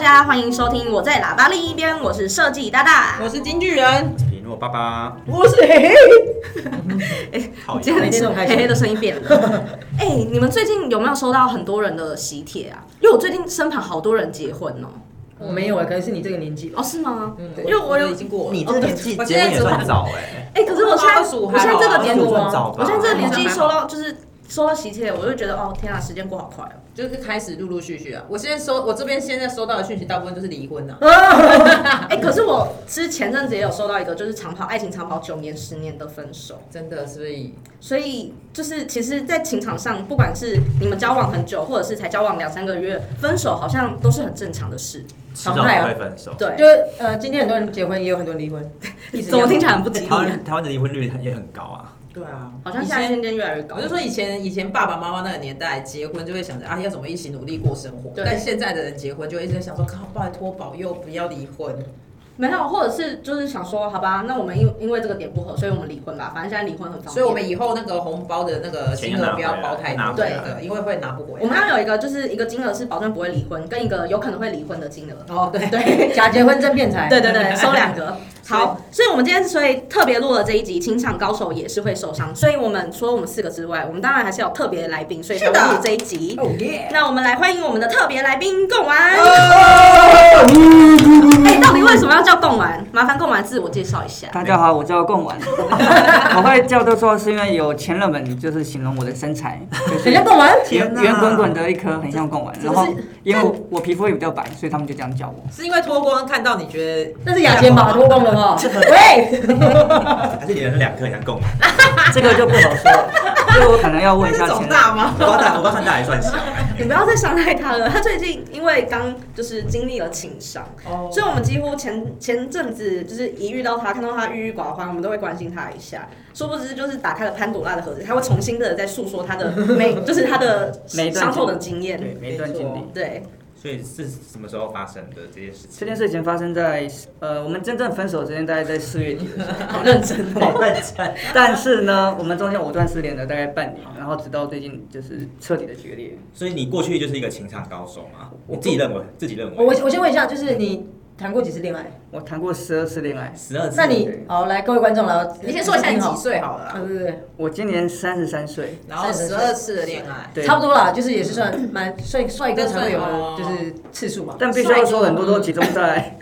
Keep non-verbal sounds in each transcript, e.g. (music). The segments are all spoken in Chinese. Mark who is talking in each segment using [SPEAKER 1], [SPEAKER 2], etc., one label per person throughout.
[SPEAKER 1] 家，欢迎收听我在喇叭另一边，我是设计大大。
[SPEAKER 2] 我是经纪人，
[SPEAKER 3] 皮诺爸爸，
[SPEAKER 2] 我是嘿嘿。
[SPEAKER 3] 好
[SPEAKER 1] 今天
[SPEAKER 2] 每天
[SPEAKER 1] 是
[SPEAKER 2] 都很开心
[SPEAKER 1] 黑黑的声音变了。 (laughs) 哎、你们最近有没有收到很多人的喜帖啊？因为我最近身旁好多人结婚哦、
[SPEAKER 2] 我没有哎，可能是你这个年纪吧。
[SPEAKER 1] 哦，是吗？
[SPEAKER 2] 嗯，
[SPEAKER 1] 因为我有
[SPEAKER 2] 已经过了。
[SPEAKER 3] 你这个年纪结婚也算早
[SPEAKER 1] 哎、
[SPEAKER 3] 哎、
[SPEAKER 1] 可是我现在
[SPEAKER 2] 二十五
[SPEAKER 1] 我
[SPEAKER 2] 还
[SPEAKER 1] 现
[SPEAKER 2] 好啊
[SPEAKER 1] 在这个年
[SPEAKER 3] 25
[SPEAKER 1] 纪，
[SPEAKER 3] 算早吧
[SPEAKER 1] 我现在这个年纪
[SPEAKER 2] 25
[SPEAKER 1] 收到就是收到喜帖，我就觉得哦，天啊，时间过好快
[SPEAKER 2] (laughs)
[SPEAKER 1] 哦。
[SPEAKER 2] 就是开始陆陆续续啊。我现在收，我这边现在收到的讯息大部分就是离婚啊。
[SPEAKER 1] 哎、可是我之前阵子也有收到一个，就是长跑爱情长跑九年十年的分手。
[SPEAKER 2] (laughs) 真的，所以
[SPEAKER 1] 所以就是，其实，在情场上，不管是你们交往很久，或者是才交往两三个月，分手好像都是很正常的事。
[SPEAKER 3] 迟早都会分手。
[SPEAKER 1] 对，
[SPEAKER 2] 就是呃，今天很多人结婚，也有很多人 (laughs) 离婚。一直一
[SPEAKER 1] 怎
[SPEAKER 2] 样
[SPEAKER 1] 么听起来很不吉
[SPEAKER 3] 台
[SPEAKER 1] 利？
[SPEAKER 3] 湾台湾的离婚率也很高啊，
[SPEAKER 2] 对啊，
[SPEAKER 1] (laughs) 好像现在
[SPEAKER 2] 以前
[SPEAKER 1] 渐渐越来越高
[SPEAKER 2] 我。就说以前以前爸爸妈妈那个年代结婚就会想着啊要怎么一起努力过生活，
[SPEAKER 1] 对
[SPEAKER 2] 但现在的人结婚就一直在想说靠拜托保佑不要离婚，
[SPEAKER 1] 没有，或者是就是想说，好吧，那我们因因为这个点不合，所以我们离婚吧。反正现在离婚很方便。
[SPEAKER 2] 所以我们以后那个红包的那个金额不要包太多，
[SPEAKER 3] 钱要拿回
[SPEAKER 1] 来
[SPEAKER 2] 的，因为会拿不回来。
[SPEAKER 1] 我们要有一个就是一个金额是保证不会离婚，跟一个有可能会离婚的金额。
[SPEAKER 2] 哦对
[SPEAKER 1] 对
[SPEAKER 2] 假结婚真骗财
[SPEAKER 1] 对对对， (laughs) 收两个。好，所以我们今天所以特别录了这一集，情场高手也是会受伤，所以我们除了我们四个之外，我们当然还是有特别的来宾，所以才
[SPEAKER 2] 是的
[SPEAKER 1] 会录这一集。
[SPEAKER 4] Oh,
[SPEAKER 2] 哦耶！
[SPEAKER 1] 那我们来欢迎我们的特别来宾贡丸。哎、
[SPEAKER 5] 哎
[SPEAKER 1] 到底为什么要叫贡丸？麻烦贡丸自我介绍一下。
[SPEAKER 5] 大家好，我叫
[SPEAKER 1] (laughs)
[SPEAKER 5] 贡丸，我会叫这说是因为有前任们就是形容我的身材，就是
[SPEAKER 2] 人家动完，
[SPEAKER 5] 圆
[SPEAKER 3] 天哪
[SPEAKER 5] 圆滚滚的一颗，很像贡丸。
[SPEAKER 1] 这
[SPEAKER 5] 然
[SPEAKER 1] 不是
[SPEAKER 5] 后因为我我皮肤也比较白，所以他们就这样叫我。
[SPEAKER 2] 是因为脱光看到你觉得
[SPEAKER 4] 那是牙尖吧，脱光了哈。喂，
[SPEAKER 3] 还是你们两个很像共鸣？
[SPEAKER 5] 这个就不好说了，就我可能要问一下前任。
[SPEAKER 2] 吗？
[SPEAKER 3] 我不知道大，我不知道算大还是算小、
[SPEAKER 1] 你不要再伤害他了，他最近因为刚就是经历了情伤，
[SPEAKER 2] 哦，
[SPEAKER 1] 所以我们几乎前前阵子就是一遇到他，看到他郁郁寡欢，我们都会关心他一下。殊不知就是打开了潘朵拉的盒子，他会重新的在诉说他的每 (laughs) 就是他的
[SPEAKER 5] 每一段
[SPEAKER 1] 伤痛的经
[SPEAKER 5] 对，
[SPEAKER 1] 验。
[SPEAKER 5] 每一段经历。
[SPEAKER 1] 对，
[SPEAKER 3] 所以是什么时候发生的这件事情？
[SPEAKER 5] 这件事情发生在呃，我们真正分手的时间大概在四月底的时
[SPEAKER 1] (laughs)
[SPEAKER 5] 候，
[SPEAKER 1] 好认真哦。
[SPEAKER 3] 好认真，
[SPEAKER 5] 但是呢，我们中间藕断丝连了大概半年，然后直到最近就是彻底的决裂。
[SPEAKER 3] 所以你过去就是一个情场高手嘛？你自己认为，自己认
[SPEAKER 4] 我
[SPEAKER 3] 为，
[SPEAKER 4] 我先问一下，就是你谈过几次恋爱？
[SPEAKER 5] 我谈过十二次恋爱，
[SPEAKER 3] 十二次，
[SPEAKER 4] 那你好，来各位观众来，
[SPEAKER 2] 你先说一下你
[SPEAKER 4] 听好
[SPEAKER 2] 几岁好了
[SPEAKER 4] 啊？
[SPEAKER 2] 啦，
[SPEAKER 4] 对对
[SPEAKER 5] 我今年三十三岁，
[SPEAKER 2] 然后十二次的恋爱，
[SPEAKER 5] 对
[SPEAKER 4] 对，差不多啦，就是也是算
[SPEAKER 1] 嗯
[SPEAKER 4] 蛮帅帅哥才会有
[SPEAKER 1] 啊
[SPEAKER 4] 的，就是次数嘛。
[SPEAKER 5] 但必须要说，很多
[SPEAKER 1] 嗯
[SPEAKER 5] 都集中
[SPEAKER 1] (laughs)
[SPEAKER 5] 在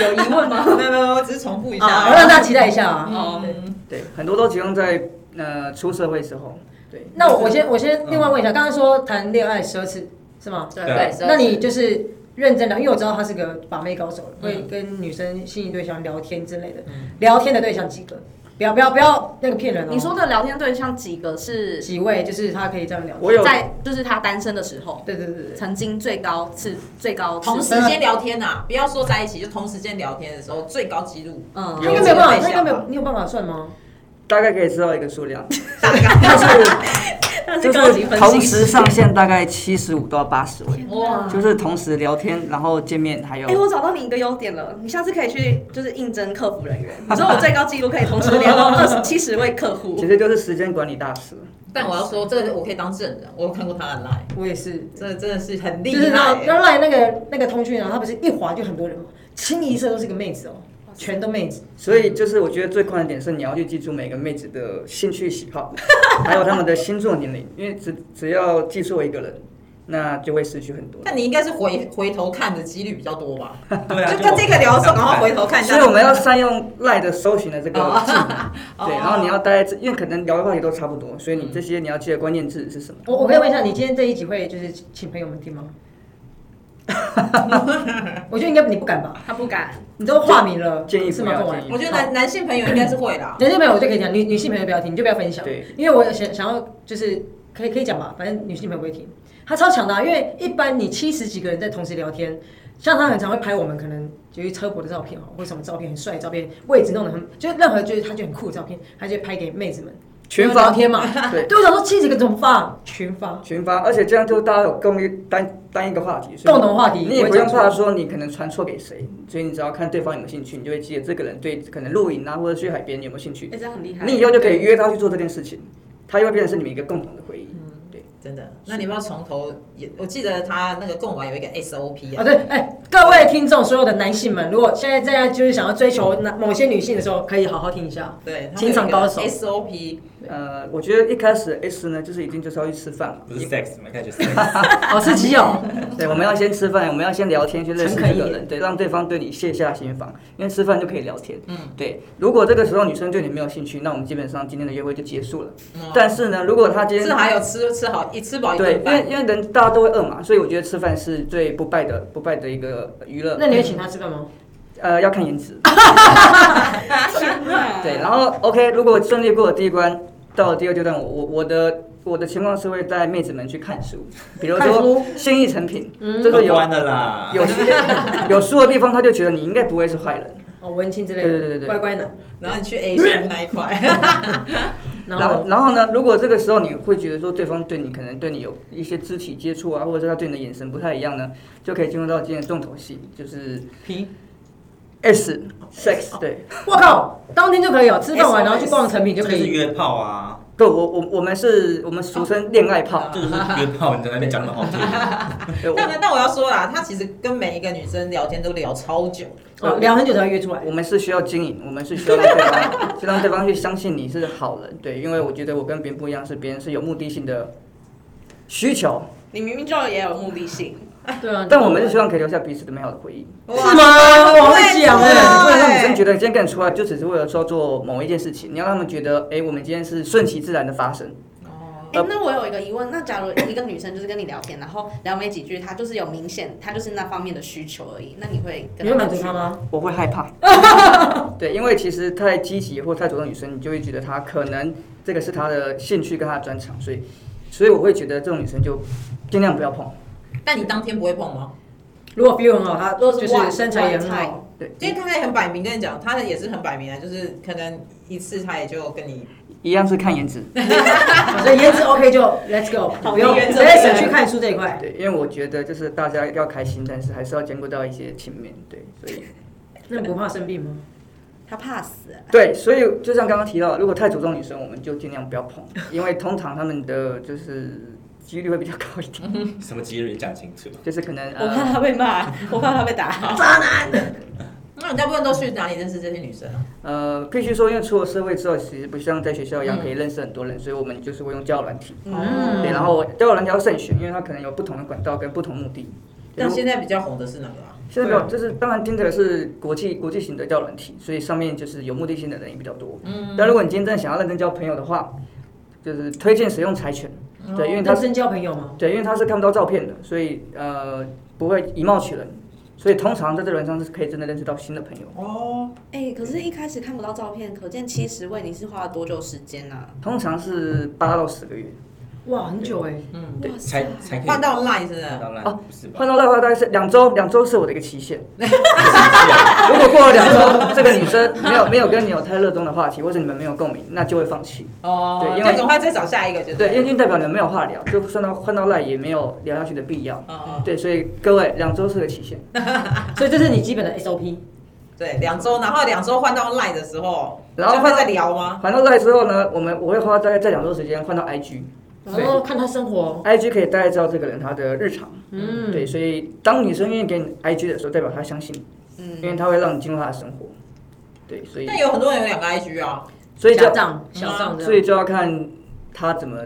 [SPEAKER 1] 有疑问吗？
[SPEAKER 2] (laughs) 没有没有，我只是重
[SPEAKER 1] 哦
[SPEAKER 2] 复一
[SPEAKER 4] 啊，我让大家期待一下啊。
[SPEAKER 2] 哦，
[SPEAKER 5] 对，很多都集中在呃出社会时候。对，
[SPEAKER 4] 那我我先我先另外问一下，刚刚说谈恋爱十二次是吗？
[SPEAKER 2] 对
[SPEAKER 3] 对
[SPEAKER 2] 对，
[SPEAKER 4] 那你就是认真的，因为我知道他是个把妹高手了，
[SPEAKER 2] 嗯
[SPEAKER 4] 会跟女生心仪对象聊天之类的。聊天的对象几个？不要不要不要那个骗人哦。
[SPEAKER 1] 你说的聊天对象几个是
[SPEAKER 4] 几位？就是他可以这样聊天。
[SPEAKER 5] 我有
[SPEAKER 1] 在就是他单身的时候，
[SPEAKER 4] 对对对对。
[SPEAKER 1] 曾经最高次最高次
[SPEAKER 2] 同时间聊天呐，不要说在一起，就同时间聊天的时候最高纪录，
[SPEAKER 1] 嗯
[SPEAKER 4] 他应该没有办法，他应该没有，你有办法算吗？
[SPEAKER 5] 大概可以知道一个数量，
[SPEAKER 2] 大
[SPEAKER 5] (laughs)
[SPEAKER 2] 概
[SPEAKER 5] 就是
[SPEAKER 1] (laughs) 那
[SPEAKER 5] 就
[SPEAKER 1] 高级
[SPEAKER 5] 是
[SPEAKER 1] 分
[SPEAKER 5] 同
[SPEAKER 1] 析。
[SPEAKER 5] 时上线大概七十五到八十位，
[SPEAKER 2] 哇
[SPEAKER 5] 就是同时聊天，然后见面，还有
[SPEAKER 1] 哎、我
[SPEAKER 4] 哦
[SPEAKER 1] 找到你一个优点了，你下次可以去就是应征客服人员。你说我最高纪录可以同时聊
[SPEAKER 4] (laughs)
[SPEAKER 1] 到二十七十位客户
[SPEAKER 5] 其，实就是时间管理大师。
[SPEAKER 2] 但我要说，这个我可以当证人，我有看过他的 line，
[SPEAKER 4] 我也是，
[SPEAKER 2] 这真的是很厉
[SPEAKER 4] 就是然
[SPEAKER 5] 欸
[SPEAKER 4] 后
[SPEAKER 2] 害欸
[SPEAKER 4] 然。后赖那个那个通讯啊，他不是一划就很多人嘛，清一色都是个妹子哦，全都妹子。
[SPEAKER 5] 所以就是我觉得最困难的点是你要去记住每个妹子的兴趣喜
[SPEAKER 1] (laughs)
[SPEAKER 5] 好，还有她们的星座年龄，因为只只要记错一个人，那就会失去很
[SPEAKER 1] (laughs)
[SPEAKER 5] 多。
[SPEAKER 2] 那你应该是回回头看的几率比较多吧？
[SPEAKER 3] 对啊，
[SPEAKER 2] 就跟这个聊的时候，然后回头看一下。
[SPEAKER 5] 所以我们要善用赖的搜寻的这个
[SPEAKER 2] 哦
[SPEAKER 5] 技能。对，然后你
[SPEAKER 2] 要
[SPEAKER 4] 哦
[SPEAKER 5] 要待在这，因为可能聊的话题都差不多，所以你这些你要记得关键字是什么？
[SPEAKER 4] 嗯我我可以问一下，你今天这一集会就是请朋友们听
[SPEAKER 5] (laughs)
[SPEAKER 4] 吗？我觉得应该你不敢吧，
[SPEAKER 1] 他不敢。
[SPEAKER 4] 你都化名了，
[SPEAKER 5] 建议
[SPEAKER 4] 是
[SPEAKER 5] 不
[SPEAKER 4] 吗？
[SPEAKER 5] 要
[SPEAKER 4] 凤丸
[SPEAKER 5] 建议
[SPEAKER 2] 我觉得男男性朋友应该是会啦。
[SPEAKER 4] 男性朋友我就可以讲，女女性朋友不要听，你就不要分享。
[SPEAKER 5] 对，
[SPEAKER 4] 因为我想想要就是可以可以讲吧，反正女性朋友不会听。他超强的啊、因为一般你七十几个人在同时聊天，像他很常会拍我们可能就是车博的照片哦，或什么照片很帅的照片，位置弄得很，就任何就是他就很酷的照片，他就会拍给妹子们
[SPEAKER 5] 群
[SPEAKER 4] 聊
[SPEAKER 5] 发，
[SPEAKER 4] 天嘛。
[SPEAKER 5] 对，
[SPEAKER 4] 对，我想说七十个怎么发？群发，
[SPEAKER 5] 群发，而且这样就大家有共一单单一个话题，所以
[SPEAKER 4] 共同话题，
[SPEAKER 5] 你也
[SPEAKER 4] 我
[SPEAKER 5] 不用
[SPEAKER 4] 讲
[SPEAKER 5] 怕
[SPEAKER 4] 错。
[SPEAKER 5] 说你可能传错给谁，所以你只要看对方有没有兴趣，你就会记得这个人对可能露营啊或者去海边有没有兴
[SPEAKER 1] 哎、
[SPEAKER 5] 趣，
[SPEAKER 1] 这样很厉害。
[SPEAKER 4] 嗯
[SPEAKER 5] 你以后就可以约他去做这件事情，他就会变成是你们一个共同的回忆。对，
[SPEAKER 2] 真的。那你要不要从头也？我记得他那个贡丸有一个 SOP
[SPEAKER 5] 哦
[SPEAKER 4] 啊，
[SPEAKER 2] 啊，
[SPEAKER 4] 对，哎，各位听众，所有的男性们，如果现在大家就是想要追求哪某些女性的时候，可以好好听
[SPEAKER 5] (laughs)
[SPEAKER 4] 一下。
[SPEAKER 2] 对，
[SPEAKER 4] 情场高手
[SPEAKER 2] SOP，
[SPEAKER 5] 呃，我觉得一开始 S 呢，就是一定就是要去吃饭嘛。
[SPEAKER 3] 不是 sex 嘛，开始 sex，
[SPEAKER 4] 哦，是基友，
[SPEAKER 5] 对，我们要先吃饭，我们要先聊天，去认识
[SPEAKER 4] 诚恳
[SPEAKER 5] 这
[SPEAKER 4] 一
[SPEAKER 5] 个
[SPEAKER 4] 点
[SPEAKER 5] 人，对，让对方对你卸下心防，因为吃饭就可以聊天。
[SPEAKER 2] 嗯
[SPEAKER 5] 对。如果这个时候女生对你没有兴趣，那我们基本上今天的约会就结束了。
[SPEAKER 2] 嗯
[SPEAKER 5] 但是呢，如果她今天
[SPEAKER 2] 至还有吃吃好一吃饱一
[SPEAKER 5] 对，
[SPEAKER 2] 顿
[SPEAKER 5] 因为
[SPEAKER 2] 饭，
[SPEAKER 5] 因为人大家都会饿嘛，所以我觉得吃饭是最不败的不败的一个娱乐。
[SPEAKER 4] 那你会请他啊吃饭吗？
[SPEAKER 5] 呃要看颜值，
[SPEAKER 1] 对
[SPEAKER 5] 对，然后 OK，如果顺利过了第一关，到了第二阶段，我我我的我的情况是会带妹子们去看书，比如
[SPEAKER 4] 看书
[SPEAKER 5] 说新意成品，
[SPEAKER 4] 嗯
[SPEAKER 5] 这个
[SPEAKER 3] 都
[SPEAKER 5] 有
[SPEAKER 3] 关了啦。
[SPEAKER 5] (laughs) 有有书的地方，他就觉得你应该不会是坏人。
[SPEAKER 4] 哦，文青之类的，
[SPEAKER 5] 对对对对
[SPEAKER 4] 乖乖男。
[SPEAKER 2] 然后你去 A 线那一
[SPEAKER 5] (laughs)
[SPEAKER 2] 块，
[SPEAKER 4] 然
[SPEAKER 5] 然后
[SPEAKER 4] 后，
[SPEAKER 5] 然后呢？如果这个时候你会觉得说对方对你可能对你有一些肢体接触啊，或者是他对你的眼神不太一样呢，就可以进入到今天的重头戏，就是
[SPEAKER 2] 皮
[SPEAKER 5] S sex。对，
[SPEAKER 4] 我靠，当天就可以哦，吃饭完
[SPEAKER 2] SOS
[SPEAKER 4] 然后去逛成品就
[SPEAKER 3] 这
[SPEAKER 4] 可
[SPEAKER 3] 就是
[SPEAKER 4] 以。
[SPEAKER 3] 约炮啊，
[SPEAKER 5] 不，我我我们是我们俗称恋爱炮。
[SPEAKER 3] 这就是约炮。你在那边讲那么好听，
[SPEAKER 5] 对，我
[SPEAKER 2] 但但我要说啦，他其实跟每一个女生聊天都聊超久，
[SPEAKER 4] 哦，聊很久才会约出来
[SPEAKER 5] 我。们是需要经营，我们是需要让对方，就让对方去相信你是好人。对，因为我觉得我跟别人不一样，是别人是有目的性的需求，
[SPEAKER 1] (laughs) 你明明就也有目的性，
[SPEAKER 4] 对啊，
[SPEAKER 5] 但我们是希望可以留下彼此的美好的回忆。
[SPEAKER 4] 是吗？我会讲
[SPEAKER 5] 对，你
[SPEAKER 4] 哎，
[SPEAKER 5] 不能让女生觉得今天跟你出来就只是为了说做某一件事情，你要让他们觉得，哎、我们今天是顺其自然的发生。
[SPEAKER 2] 哦，
[SPEAKER 1] 哎、那我有一个疑问，那假如一个女生就是跟你聊天，然后聊没几句，她就是有明显，她就是那方面的需求而已，那你会跟
[SPEAKER 4] 你会满
[SPEAKER 1] 继
[SPEAKER 4] 足
[SPEAKER 1] 续
[SPEAKER 4] 他？吗？
[SPEAKER 5] 我会害
[SPEAKER 4] (laughs)
[SPEAKER 5] 怕，对，因为其实太积极或太主动的女生，你就会觉得她可能这个是她的兴趣跟她的专长，所以，所以我会觉得这种女生就尽量不要碰。
[SPEAKER 2] 但你当天不会碰吗？
[SPEAKER 4] 如果 feel 很好，他
[SPEAKER 1] 如果
[SPEAKER 4] 就是是
[SPEAKER 1] one-
[SPEAKER 4] 身材也很
[SPEAKER 1] one
[SPEAKER 4] 好
[SPEAKER 1] time，
[SPEAKER 5] 对，
[SPEAKER 2] 因为刚才很摆明跟你讲，他也是很摆明啊，就是可能一次他也就跟你
[SPEAKER 5] 一样是看颜值。
[SPEAKER 4] 所以颜值 OK 就 Let's go，不用
[SPEAKER 2] 原
[SPEAKER 4] 直
[SPEAKER 2] 则
[SPEAKER 4] 接省去看书这一块。
[SPEAKER 5] 对，因为我觉得就是大家要开心，但是还是要兼顾到一些情面。对，所以
[SPEAKER 4] 那你不怕生病吗？
[SPEAKER 1] 她怕死、啊。
[SPEAKER 5] 对，所以就像刚刚提到，如果太主动的女生，我们就尽量不要碰，因为通常她们的就是几率会比较高一点，
[SPEAKER 3] 什么几率讲清楚？
[SPEAKER 5] 就是可能
[SPEAKER 1] 我怕
[SPEAKER 5] 呃
[SPEAKER 1] 她被骂，我怕她被打。
[SPEAKER 2] 那你大部分都去哪里认识这些女生啊？
[SPEAKER 5] 呃，必须说，因为出了社会之后，其实不像在学校一样可以认识很多人，所以我们就是会用交友软体。
[SPEAKER 4] 嗯
[SPEAKER 5] 对，然后交友软体要慎选，因为它可能有不同的管道跟不同目的。
[SPEAKER 4] 嗯
[SPEAKER 5] 对
[SPEAKER 2] 但
[SPEAKER 5] 如果
[SPEAKER 2] 现在比较红的是哪啊个啊？
[SPEAKER 5] 现在没有，就是当然 Tinder 是国际国际型的交友软体，所以上面就是有目的性的人也比较多。
[SPEAKER 2] 嗯
[SPEAKER 5] 但如果你今天真的想要认真交朋友的话，就是推荐使用柴犬， (laughs) 对，因为它
[SPEAKER 4] 认
[SPEAKER 5] 是
[SPEAKER 4] 哦真交朋友吗？
[SPEAKER 5] 对，因为它是看不到照片的，所以呃不会以貌取人，所以通常在这轮上是可以真的认识到新的朋友。
[SPEAKER 2] 哦，
[SPEAKER 1] 哎、可是，一开始看不到照片，可见其实为你是花了多久时间呢、啊？
[SPEAKER 5] 通常是八到十个月，
[SPEAKER 4] 哇，很久哎，
[SPEAKER 2] 嗯，
[SPEAKER 1] 哇塞
[SPEAKER 3] 才！才可以
[SPEAKER 2] 换到 Line 是不
[SPEAKER 3] 换
[SPEAKER 2] 是？
[SPEAKER 3] 到烂，
[SPEAKER 5] 哦
[SPEAKER 3] 不是吧
[SPEAKER 5] 换？到的话大概是两周，两周是我的一个期限。如果过了两周，这个女生没有没有跟你有太热衷的话题，或者你们没有共鸣，那就会放弃。
[SPEAKER 2] 哦，
[SPEAKER 5] 对因为
[SPEAKER 2] 那赶快再找下一个就
[SPEAKER 5] 对，因
[SPEAKER 2] 对
[SPEAKER 5] 为就代表你们没有话聊，就算到换到赖也没有聊下去的必要。
[SPEAKER 2] 哦，
[SPEAKER 5] 对，所以各位两周是个期限。
[SPEAKER 4] 所以这是你基本的 SOP。
[SPEAKER 2] 对，两周，然后两周换到 Line 的时候，
[SPEAKER 5] 然后
[SPEAKER 2] 就会再聊吗？
[SPEAKER 5] 换到赖之后呢，我们我会花大概在两周时间换到 IG，
[SPEAKER 4] 然后哦看他生活，
[SPEAKER 5] IG 可以大概知道这个人他的日常。
[SPEAKER 4] 嗯，
[SPEAKER 5] 对，，所以当女生愿意给你 IG 的时候，代表她相信你，因为
[SPEAKER 1] 嗯，
[SPEAKER 5] 她会让你进入她的生活。对，所以
[SPEAKER 2] 但有很多人有两个 IG 啊，
[SPEAKER 5] 所以就嗯
[SPEAKER 4] 小账小账这
[SPEAKER 5] 所
[SPEAKER 4] 样。
[SPEAKER 5] 以就要看她怎么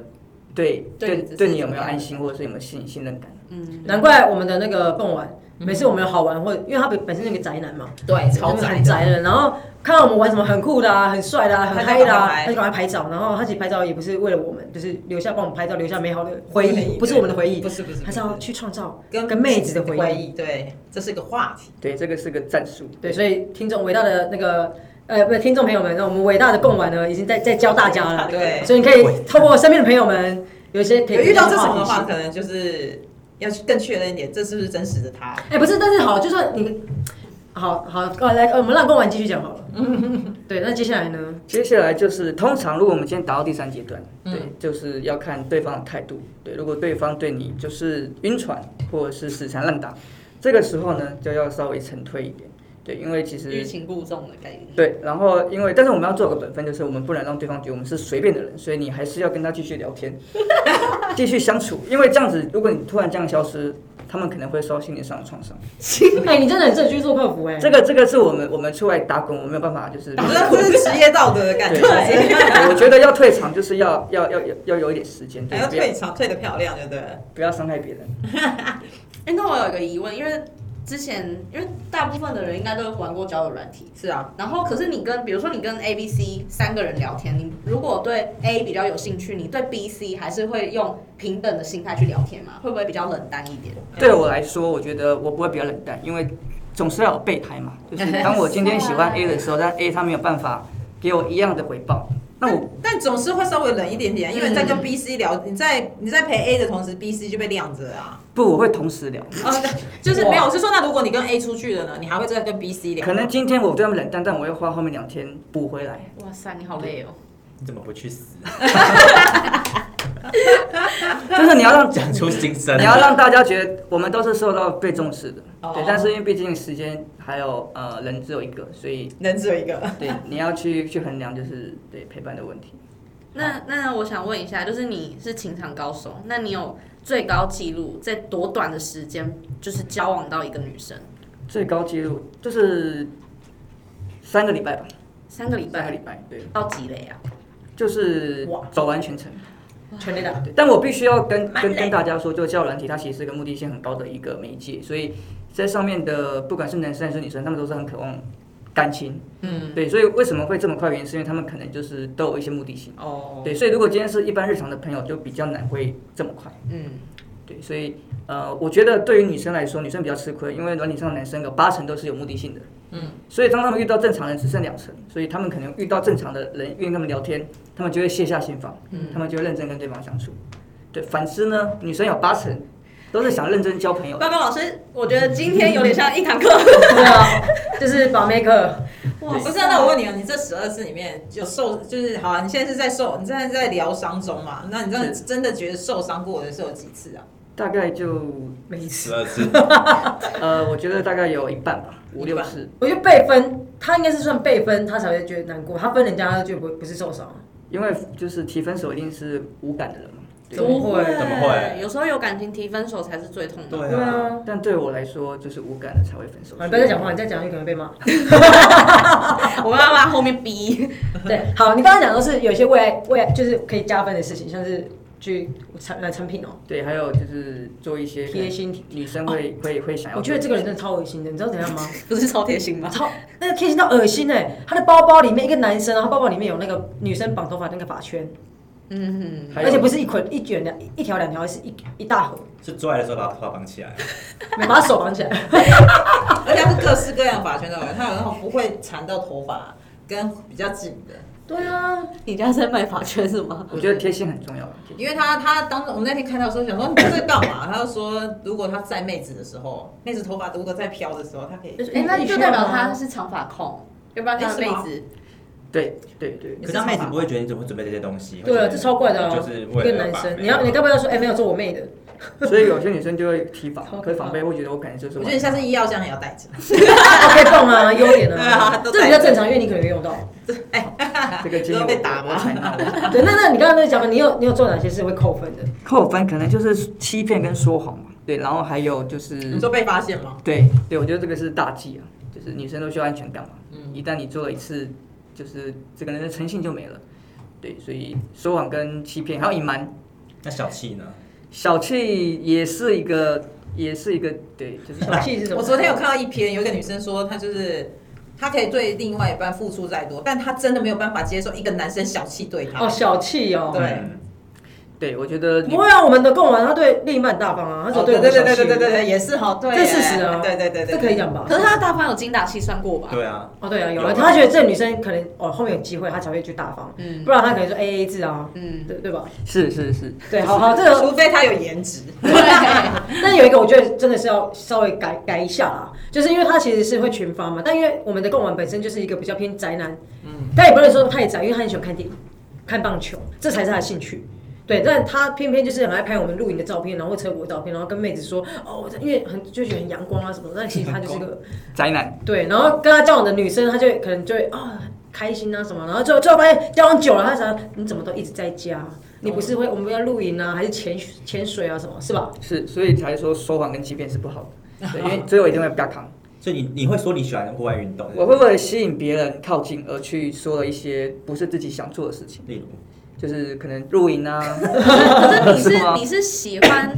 [SPEAKER 5] 对
[SPEAKER 1] 对
[SPEAKER 5] 对
[SPEAKER 1] 你自己
[SPEAKER 5] 对你有没
[SPEAKER 1] 怎么
[SPEAKER 5] 有
[SPEAKER 1] 样
[SPEAKER 5] 安心，或者是有没有信信任感。
[SPEAKER 1] 嗯，
[SPEAKER 4] 难怪我们的那个蹦玩，每次我们有好玩或者，因为他本本身那个宅男嘛，
[SPEAKER 2] 对，超
[SPEAKER 4] 就是
[SPEAKER 2] 宅
[SPEAKER 4] 很
[SPEAKER 2] 的，
[SPEAKER 4] 宅的。然后看到我们玩什么很酷的啊、很帅的啊、很
[SPEAKER 2] 他就
[SPEAKER 4] 嗨的啊
[SPEAKER 2] 赶快，拍
[SPEAKER 4] 他就赶快拍照。然后他其实拍照也不是为了我们，就是留下帮我们拍照，留下美好的回
[SPEAKER 2] 回
[SPEAKER 4] 忆，
[SPEAKER 2] 忆
[SPEAKER 4] 不是我们的回忆
[SPEAKER 2] 不，是不是，
[SPEAKER 4] 他是要去创造
[SPEAKER 2] 跟
[SPEAKER 4] 跟妹子的
[SPEAKER 2] 回
[SPEAKER 4] 回忆。
[SPEAKER 2] 忆，对，这是个话题。
[SPEAKER 5] 对，这个是个战术。
[SPEAKER 4] 对，所以听众伟大的那个。呃，不是，听众朋友们，那我们伟大的贡丸呢，已经在在教大家了。
[SPEAKER 2] 对
[SPEAKER 4] 所以你可以透过身边的朋友们，有一些可以
[SPEAKER 2] 有遇到这种的
[SPEAKER 4] 话
[SPEAKER 2] 话，
[SPEAKER 4] 题
[SPEAKER 2] 可能就是要去更确认一点，这是不是真实的他？
[SPEAKER 4] 哎、不是，但是好，就算你，好好，呃，来，呃我们让贡丸继续讲好
[SPEAKER 2] (laughs)
[SPEAKER 4] 了。对，那接下来呢？
[SPEAKER 5] 接下来就是，通常如果我们今天达到第三阶段，
[SPEAKER 2] 嗯
[SPEAKER 5] 对，就是要看对方的态度。对，如果对方对你就是晕船或者是死缠烂打，这个时候呢就要稍微沉退一点。对，因为其实
[SPEAKER 1] 欲擒故纵的概念。
[SPEAKER 5] 对，然后因为但是
[SPEAKER 2] (laughs)
[SPEAKER 5] 我们要做个本分，就是我们不能让对方觉得我们是随便的人，所以你还是要跟他继续聊天。继续相处，因为这样子，如果你突然这样消失，他们可能会受心理上的创伤。
[SPEAKER 4] 哎、你真的很正去做客服哎、
[SPEAKER 5] 这个这个是我们我们出来打滚，我没有办法，就是
[SPEAKER 2] 我觉得这是职业道德的感觉， (laughs)
[SPEAKER 5] 对我觉得要退场就是要要要要要有一点时间，
[SPEAKER 2] 还
[SPEAKER 5] 对，
[SPEAKER 2] 要
[SPEAKER 5] 不要
[SPEAKER 2] 退场退的漂亮，对不对？
[SPEAKER 5] 不要伤害别人。
[SPEAKER 1] 哎、那我有一个疑问，因为之前因为大部分的人应该都有玩过交友软体，
[SPEAKER 2] 是啊，
[SPEAKER 1] 然后可是你跟比如说你跟 A、B、C 三个人聊天，你如果对 A 比较有兴趣，你对 B、C 还是会用平等的心态去聊天吗？会不会比较冷淡一点？
[SPEAKER 5] 对我来说，我觉得我不会比较冷淡，因为总是要有备胎嘛。
[SPEAKER 2] (laughs)
[SPEAKER 5] 就是当我今天喜欢 A 的时候，但 A 他没有办法给我一样的回报，那我
[SPEAKER 2] 但总是会稍微冷一点点，因为你在跟 B、C 聊，你在你在陪 A 的同时，B、C 就被晾着 (laughs) 啊。
[SPEAKER 5] 不我会同时聊。
[SPEAKER 2] 啊，就是没有，是说那如果你跟 A 出去了呢，你还会再跟 B、C 聊？
[SPEAKER 5] 可能今天我对他们冷淡，但我要花后面两天补回来。
[SPEAKER 1] 哇塞，你好累哦！
[SPEAKER 3] (laughs) 你怎么不去死？
[SPEAKER 5] 就是你要让
[SPEAKER 3] 讲出心声。啊
[SPEAKER 5] 你要让大家觉得我们都是受到被重视的，
[SPEAKER 2] 哦
[SPEAKER 5] 对。但是因为毕竟时间还有呃人只有一个，所以
[SPEAKER 2] 人只有一 (laughs) 个，
[SPEAKER 5] 对你要去去衡量就是对陪伴的问题。
[SPEAKER 1] 那那我想问一下，就是你是情场高手，那你有最高纪录在多短的时间就是交往到一个女生？
[SPEAKER 5] 最高纪录就是三个礼拜吧，
[SPEAKER 1] 三个礼
[SPEAKER 5] 三个礼
[SPEAKER 1] 拜
[SPEAKER 5] 拜，对，
[SPEAKER 1] 到几类啊？
[SPEAKER 5] 就是
[SPEAKER 4] 哇
[SPEAKER 5] 走完全程。
[SPEAKER 4] 全力打。
[SPEAKER 5] 对，但我必须要跟
[SPEAKER 1] 蛮
[SPEAKER 5] 跟
[SPEAKER 1] 累
[SPEAKER 5] 跟大家说，就交友软体它其实是一个目的性很高的一个媒介，所以在上面的不管是男生还是女生，他们都是很渴望感情。
[SPEAKER 2] 嗯，
[SPEAKER 5] 对，所以为什么会这么快？原因是因为他们可能就是都有一些目的性。
[SPEAKER 2] 哦，
[SPEAKER 5] 对，所以如果今天是一般日常的朋友，就比较难会这么快。
[SPEAKER 2] 嗯，
[SPEAKER 5] 对，所以呃，我觉得对于女生来说，女生比较吃亏，因为软体上的男生有八成都是有目的性的。
[SPEAKER 2] 嗯，
[SPEAKER 5] 所以当他们遇到正常人只剩两成，所以他们可能遇到正常的人，跟他们聊天，他们就会卸下心防，
[SPEAKER 2] 嗯
[SPEAKER 5] 他们就会认真跟对方相处。对，反之呢，女生有八成都是想认真交朋友的。
[SPEAKER 1] 报告老师，哦我觉得今天有点像一堂课。
[SPEAKER 4] 对啊，就是把 make
[SPEAKER 1] 嗯
[SPEAKER 2] 哇，不是、啊，那我问你啊，你这十二次里面有受，就是好、啊，你现在是在受，你现在在疗伤中嘛？那你真的
[SPEAKER 5] 是
[SPEAKER 2] 真的觉得受伤过的是有几次 (laughs) 啊？
[SPEAKER 5] 大概就
[SPEAKER 4] 每一次
[SPEAKER 3] 十，二次，
[SPEAKER 5] 呃，我觉得大概有一半吧，五
[SPEAKER 2] 一
[SPEAKER 5] 六
[SPEAKER 2] 半
[SPEAKER 5] 次，
[SPEAKER 4] 我觉得被分，他应该是算被分，他才会觉得难过。他分人家，他就不不是受伤。
[SPEAKER 5] 因为就是提分手一定是无感的人嘛。对
[SPEAKER 4] 怎么会
[SPEAKER 3] 怎么会
[SPEAKER 1] 有时候有感情提分手才是最痛的。
[SPEAKER 3] 对
[SPEAKER 4] 对
[SPEAKER 3] 啊，
[SPEAKER 4] 啊，
[SPEAKER 5] 但对我来说，就是无感的才会分手。
[SPEAKER 4] 啊，你不要再讲话，你再讲就可能
[SPEAKER 1] (laughs)
[SPEAKER 4] 被骂。
[SPEAKER 1] 我们要把后面逼。 (laughs)
[SPEAKER 4] 对，好，你刚刚讲的是有一些未来未来就是可以加分的事情，像是去产呃产品哦、
[SPEAKER 5] 对，还有就是做一些可能
[SPEAKER 4] 贴心哦
[SPEAKER 5] 女生会、会会想要。
[SPEAKER 4] 我觉得这个人真的超恶心的，你知道怎样吗？ (laughs)
[SPEAKER 1] 不是超贴心吗？
[SPEAKER 4] 超那个贴心到恶心哎、他的包包里面一个男生，然后包包里面有那个女生绑头发那个发圈，
[SPEAKER 1] 嗯，
[SPEAKER 5] 还有
[SPEAKER 4] 而且不是一捆一卷两一条两条，是一一大盒，
[SPEAKER 3] 是做爱的时候把头发绑起来，
[SPEAKER 4] 没把手绑起来。
[SPEAKER 2] 而且它是各式各样的发圈都有，它有那种不会缠到头发跟比较紧的。
[SPEAKER 4] 对啊，
[SPEAKER 1] 你家在卖法圈是吗？
[SPEAKER 5] 我觉得贴心很重要。
[SPEAKER 2] 因为他他当时我们那天看到的时候，想说哦你这是干嘛？他就说，如果他在妹子的时候，妹子头发如果在飘的时候，他可以
[SPEAKER 4] 哎
[SPEAKER 1] 哎、那就代表他是长发控，要不然他的妹
[SPEAKER 2] 哎
[SPEAKER 1] 子
[SPEAKER 5] 对对对，
[SPEAKER 3] 可是妹子不会觉得你怎么会准备这些东西？
[SPEAKER 4] 对啊，这超怪的啊，
[SPEAKER 3] 就是
[SPEAKER 4] 一
[SPEAKER 3] 为
[SPEAKER 4] 个
[SPEAKER 3] 了
[SPEAKER 4] 男
[SPEAKER 3] 把妹
[SPEAKER 4] 生，你要你该不要说哎没有做我妹
[SPEAKER 2] (laughs)
[SPEAKER 4] 的？
[SPEAKER 5] 所以有些女生就会提防
[SPEAKER 4] 超可，怕
[SPEAKER 5] 可是防备会觉得我感觉就是
[SPEAKER 2] 我
[SPEAKER 5] 完
[SPEAKER 2] 觉得你下次医药箱也要带着。
[SPEAKER 4] OK 棒啊，优
[SPEAKER 2] (laughs)
[SPEAKER 4] 点
[SPEAKER 2] 对啊
[SPEAKER 4] 啊，
[SPEAKER 2] 都
[SPEAKER 4] 这比较正常，因为你可能会
[SPEAKER 2] (laughs)
[SPEAKER 4] 用到。
[SPEAKER 5] 这个建议
[SPEAKER 2] 都
[SPEAKER 5] 我
[SPEAKER 2] 被打吗
[SPEAKER 5] 我采纳我
[SPEAKER 4] 对，那那你刚刚在讲，你有你有做哪些事会扣分的？
[SPEAKER 5] 扣分可能就是欺骗跟说谎嘛。对，然后还有就
[SPEAKER 2] 你
[SPEAKER 5] 是
[SPEAKER 2] 说被发现
[SPEAKER 4] 啊
[SPEAKER 2] 吗？
[SPEAKER 5] 对对，我觉得这个是大忌啊，就是女生都需要安全感嘛。
[SPEAKER 4] 嗯
[SPEAKER 5] 一旦你做了一次，就是这个人的诚信就没了。对，所以说谎跟欺骗还有隐瞒，
[SPEAKER 3] 那小气呢？
[SPEAKER 5] 小气也是一个，也是一个对，就是
[SPEAKER 4] 小气是什么？
[SPEAKER 2] 我昨天有看到一篇，有一个女生说，她就是她可以对另外一半付出再多，但她真的没有办法接受一个男生小气对她。
[SPEAKER 4] 哦，小气哦。
[SPEAKER 2] 对
[SPEAKER 3] 嗯，
[SPEAKER 5] 对，我觉得你
[SPEAKER 4] 不会啊，我们的贡丸他对另一半很大方啊，他只
[SPEAKER 2] 哦
[SPEAKER 4] 对
[SPEAKER 2] 对
[SPEAKER 4] 我们
[SPEAKER 2] 对
[SPEAKER 4] 小
[SPEAKER 2] 对
[SPEAKER 4] 气。
[SPEAKER 2] 对对对对对，也是哈，对耶，
[SPEAKER 4] 这事实啊
[SPEAKER 2] 对对对对，
[SPEAKER 4] 这可以讲吧？
[SPEAKER 1] 可是他的大方有精打细算过吧？
[SPEAKER 3] 对啊，
[SPEAKER 4] 哦，对啊，有
[SPEAKER 3] 有
[SPEAKER 4] 了，
[SPEAKER 3] 啊
[SPEAKER 4] 他觉得这女生可能哦后面有机会，他才会去大方，
[SPEAKER 1] 嗯
[SPEAKER 4] 不然他可能说 A A 制啊，
[SPEAKER 1] 嗯，
[SPEAKER 4] 对对吧？
[SPEAKER 5] 是是是，
[SPEAKER 4] 对，好好，这
[SPEAKER 2] 对，
[SPEAKER 4] 个
[SPEAKER 2] 除非他有颜值，
[SPEAKER 4] (laughs) 但有一个我觉得真的是要稍微改改一下啦，就是因为他其实是会群发嘛，但因为我们的贡丸本身就是一个比较偏宅男，嗯，但也不能说太宅，因为他很喜欢看电影、看棒球，这才是他的兴趣。对，但他偏偏就是很爱拍我们露营的照片，然后车国的照片，然后跟妹子说哦，我在因为很就觉得很阳光啊什么的，但其实他就是个
[SPEAKER 5] 宅男
[SPEAKER 4] 对，然后跟他交往的女生，她就哦可能就会啊、开心啊什么，然后最后最后发现交往久了，她想你怎么都一直在家，你不是会我们要露营啊，还是潜水潜水啊什么，是吧？
[SPEAKER 5] 是，所以才说说谎跟欺骗是不好的，对，因为最后一定会被扛。
[SPEAKER 3] 所以你你会说你喜欢户外运动？
[SPEAKER 5] 我会为了吸引别人靠近而去说了一些不是自己想做的事情，
[SPEAKER 3] 例如，
[SPEAKER 5] 就是可能
[SPEAKER 1] (laughs)
[SPEAKER 5] 露营啊，
[SPEAKER 1] (laughs) 可是你是 (laughs)
[SPEAKER 5] 是吗
[SPEAKER 1] 你是喜欢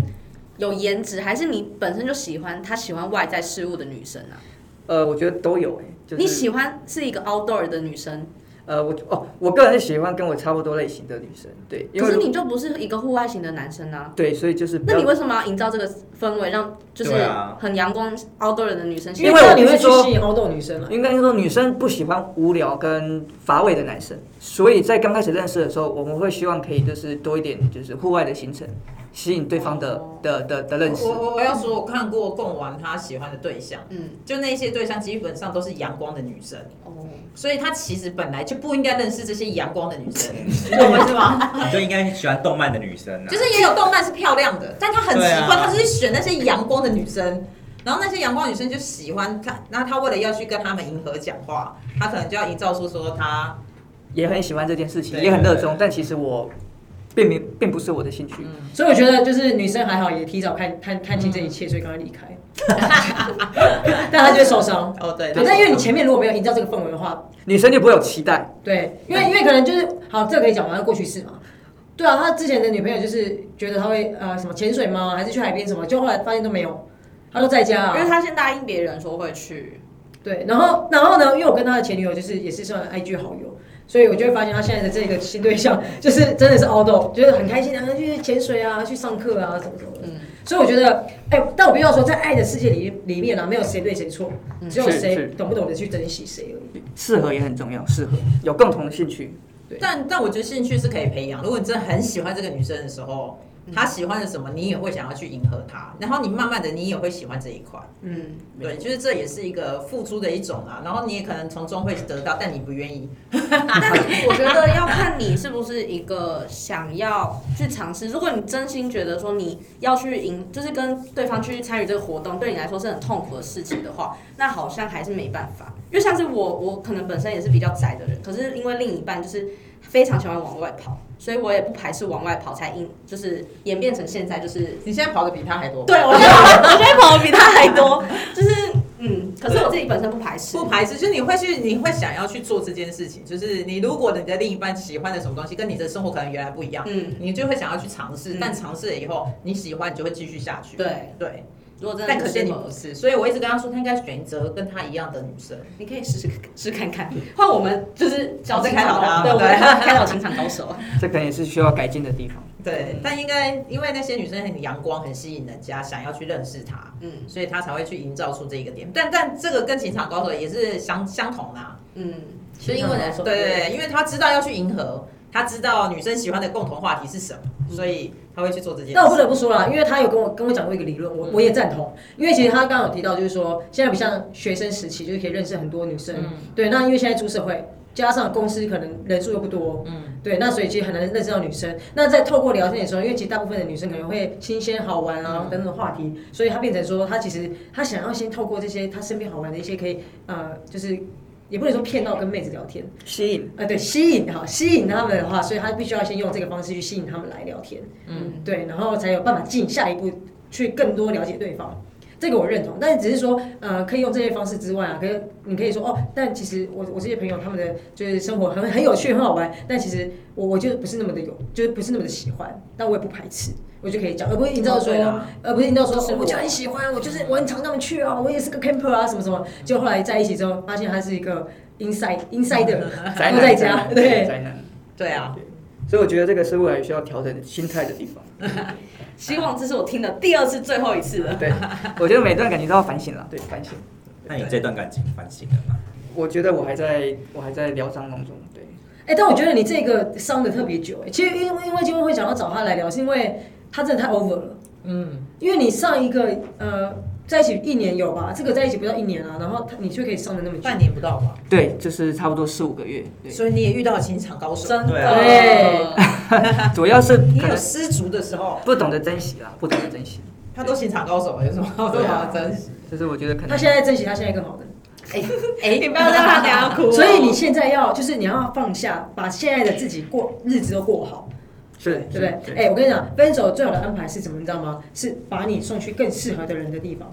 [SPEAKER 1] 有颜值，还是你本身就喜欢他喜欢外在事物的女生啊？
[SPEAKER 5] 呃，我觉得都有哎、就是
[SPEAKER 1] 你喜欢是一个 outdoor 的女生，
[SPEAKER 5] 呃，我哦，我个人是喜欢跟我差不多类型的女生，对，因
[SPEAKER 1] 可
[SPEAKER 5] 为
[SPEAKER 1] 是
[SPEAKER 5] 如
[SPEAKER 1] 你就不是一个户外型的男生啊。
[SPEAKER 5] 对，所以就是比
[SPEAKER 1] 那
[SPEAKER 5] 较
[SPEAKER 1] 你为什么要营造这个氛围，让就是
[SPEAKER 3] 对啊
[SPEAKER 1] 很阳光 outdoor 的女生喜
[SPEAKER 5] 因
[SPEAKER 1] 欢？
[SPEAKER 5] 为
[SPEAKER 4] 这样
[SPEAKER 5] 我
[SPEAKER 4] 你会
[SPEAKER 5] 是
[SPEAKER 4] 去
[SPEAKER 5] 说
[SPEAKER 4] 吸引凹豆女生了。啊
[SPEAKER 5] 应该说女生不喜欢无聊跟乏味的男生，所以在刚开始认识的时候，我们会希望可以就是多一点就是户外的行程，吸引对方的
[SPEAKER 4] 哦
[SPEAKER 5] 的的的认识
[SPEAKER 2] 我。我我要说，我看过贡丸他喜欢的对象，
[SPEAKER 1] 嗯，
[SPEAKER 2] 就那些对象基本上都是阳光的女生，
[SPEAKER 1] 哦，
[SPEAKER 2] 所以他其实本来就不应该认识这些阳光的女生，你懂我意思吗？
[SPEAKER 3] 你就应该喜欢动漫的女生啊。
[SPEAKER 2] 就是也有动漫是漂亮的，但他很
[SPEAKER 3] 对
[SPEAKER 2] 奇
[SPEAKER 3] 啊
[SPEAKER 2] 怪，他就是选那些阳光的女生。然后那些阳光女生就喜欢他，那他为了要去跟他们迎合讲话，他可能就要营造出说他，
[SPEAKER 5] 也很喜欢这件事情，
[SPEAKER 3] 对
[SPEAKER 5] 也很热
[SPEAKER 3] 对
[SPEAKER 5] 衷
[SPEAKER 3] 对，
[SPEAKER 5] 但其实我并没并不是我的兴趣。
[SPEAKER 4] 所以我觉得就是女生还好，也提早看看看清这一切，所以赶快离 (laughs) 开。但她就会受伤。
[SPEAKER 2] 哦对，
[SPEAKER 4] 但因为你前面如果没有营造这个氛围的话，
[SPEAKER 5] 女生就不会有期待，
[SPEAKER 4] 对，因为因为可能就是好，这个可以讲完，过去式嘛。对啊，他之前的女朋友就是觉得他会呃什么潜水吗，还是去海边什么，就后来发现都没有，他都在家、
[SPEAKER 1] 因为
[SPEAKER 4] 啊。
[SPEAKER 1] 他先答应别人说会去，
[SPEAKER 4] 对，然后然后呢，因为我跟他的前女友就是也是算 IG 好友，所以我就会发现他现在的这个新对象就是真的是 o u t d 就是很开心啊，去潜水啊，去上课啊，什么什么的。
[SPEAKER 1] 嗯
[SPEAKER 4] 所以我觉得，哎、但我必须要说，在爱的世界里里面啊，没有谁对谁错，只有
[SPEAKER 5] 是
[SPEAKER 4] 谁
[SPEAKER 5] 是
[SPEAKER 4] 懂不懂得去珍惜谁而已。
[SPEAKER 5] 适合也很重要，适合有共同的兴趣。
[SPEAKER 2] 但但我觉得兴趣是可以培养。如果你真的很喜欢这个女生的时候，她喜欢的什么，你也会想要去迎合她，然后你慢慢的你也会喜欢这一块。
[SPEAKER 1] 嗯，
[SPEAKER 2] 对，就是这也是一个付出的一种啊。然后你也可能从中会得到，但你不愿意。
[SPEAKER 1] 但我觉得要看你是不是一个想要去尝试。如果你真心觉得说你要去赢，就是跟对方去参与这个活动，对你来说是很痛苦的事情的话，那好像还是没办法。因为像是我，我可能本身也是比较宅的人，可是因为另一半就是非常喜欢往外跑，所以我也不排斥往外跑，才因就是演变成现在就是。
[SPEAKER 2] 你现在跑的比她还多，
[SPEAKER 1] 对，我现在跑，我现在跑的比他还多， (laughs) 就是嗯，可是我自己本身不排斥，
[SPEAKER 2] 不排斥，就是你会去，你会想要去做这件事情。就是你如果你的另一半喜欢的什么东西，跟你的生活可能原来不一样，
[SPEAKER 1] 嗯，
[SPEAKER 2] 你就会想要去尝试。
[SPEAKER 1] 嗯
[SPEAKER 2] 但尝试了以后，你喜欢，你就会继续下去。
[SPEAKER 1] 对。
[SPEAKER 2] 对，
[SPEAKER 1] 如果真的
[SPEAKER 2] 但可见
[SPEAKER 1] 是
[SPEAKER 2] 你不是，所以我一直跟他说，他应该选择跟他一样的女生。
[SPEAKER 1] 你可以试试试看看，换我们就是小情场
[SPEAKER 2] 我们开导他
[SPEAKER 1] 高，啊对，我们
[SPEAKER 2] 对
[SPEAKER 1] 开导情场高手。啊
[SPEAKER 5] 这可能也是需要改进的地方。
[SPEAKER 2] 对
[SPEAKER 1] 嗯，
[SPEAKER 2] 但应该因为那些女生很阳光，很吸引人家，想要去认识她，
[SPEAKER 1] 嗯
[SPEAKER 2] 所以她才会去营造出这个点。但但这个跟情场高手也是相相同的、啊，
[SPEAKER 1] 嗯，
[SPEAKER 4] 其实英文来说
[SPEAKER 2] 对对对，因为她知道要去迎合，她知道女生喜欢的共同话题是什么，所以她会去做这件事。
[SPEAKER 4] 但我不得不说啦，因为他有跟我跟我讲过一个理论，我我也赞同。因为其实他刚刚有提到，就是说现在不像学生时期，就是可以认识很多女生。
[SPEAKER 2] 嗯
[SPEAKER 4] 对，那因为现在出社会，加上公司可能人数又不多，
[SPEAKER 2] 嗯，
[SPEAKER 4] 对，那所以其实很难认识到女生。那在透过聊天的时候，因为其实大部分的女生可能会新鲜、好玩啊
[SPEAKER 2] 嗯
[SPEAKER 4] 等等的话题，所以她变成说，她其实她想要先透过这些她身边好玩的一些可以呃，就是也不能说骗到跟妹子聊天，
[SPEAKER 5] 吸引
[SPEAKER 4] 呃，对，吸引哈，吸引她们的话，所以她必须要先用这个方式去吸引她们来聊天，
[SPEAKER 2] 嗯
[SPEAKER 4] 对，然后才有办法进下一步去更多了解对方。这个我认同，但是只是说，呃，可以用这些方式之外啊，可以你可以说哦，但其实我我这些朋友他们的就是生活很很有趣，很好玩，但其实我我就不是那么的有，就是不是那么的喜欢，但我也不排斥，我就可以讲，而不是营造说，
[SPEAKER 2] 对啊
[SPEAKER 4] 而不是营造
[SPEAKER 2] 就是
[SPEAKER 4] 说，哦
[SPEAKER 2] 我
[SPEAKER 4] 我就很喜欢，我就是我很常跟他们去啊，我也是个 camper 啊，什么什么，就后来在一起之后，发现他是一个
[SPEAKER 2] (laughs)
[SPEAKER 4] inside insider，
[SPEAKER 5] 宅
[SPEAKER 4] 都
[SPEAKER 5] 男
[SPEAKER 4] 啊在家，对，
[SPEAKER 5] 宅男。
[SPEAKER 2] 对啊，
[SPEAKER 5] 所以我觉得这个是未来需要调整心态的地方。
[SPEAKER 1] 希望这是我听的第二次、最后一次了。
[SPEAKER 4] (laughs)
[SPEAKER 5] 对，我觉得每段感情都要反省了。对，反省。
[SPEAKER 3] 那你这段感情反省了吗？
[SPEAKER 5] 我觉得我还在我还在疗伤当中。对，
[SPEAKER 4] 哎、但我觉得你这个伤的特别久、哎，其实因为因为今天会想要找他来聊，是因为他真的太 over 了。
[SPEAKER 2] 嗯，
[SPEAKER 4] 因为你上一个呃在一起一年有吧，这个在一起不到一年啊，然后他你却可以上的那么久
[SPEAKER 2] 半，年不到吧，
[SPEAKER 5] 对，就是差不多四五个月。对，
[SPEAKER 2] 所以你也遇到了情场高手，
[SPEAKER 1] 真
[SPEAKER 3] 对
[SPEAKER 1] 的，
[SPEAKER 3] 啊
[SPEAKER 5] 主要是
[SPEAKER 2] 你
[SPEAKER 5] 可
[SPEAKER 2] 有
[SPEAKER 5] 能
[SPEAKER 2] 失足的时候，
[SPEAKER 5] 不懂得珍惜啦，不懂得珍惜。
[SPEAKER 2] 他都情场高手，有什么好
[SPEAKER 5] 对啊
[SPEAKER 2] 珍惜？
[SPEAKER 5] 就是我觉得可
[SPEAKER 4] 他
[SPEAKER 5] 能
[SPEAKER 4] 现在珍惜他现在更好的，
[SPEAKER 1] 哎，你不要让他等
[SPEAKER 2] 啊
[SPEAKER 1] 下哭哦。
[SPEAKER 4] 所以你现在要就是你要放下，把现在的自己过日子都过好。
[SPEAKER 5] 是
[SPEAKER 4] 对不对？哎、我跟你讲，分手最好的安排是怎么，你知道吗？是把你送去更适合的人的地方。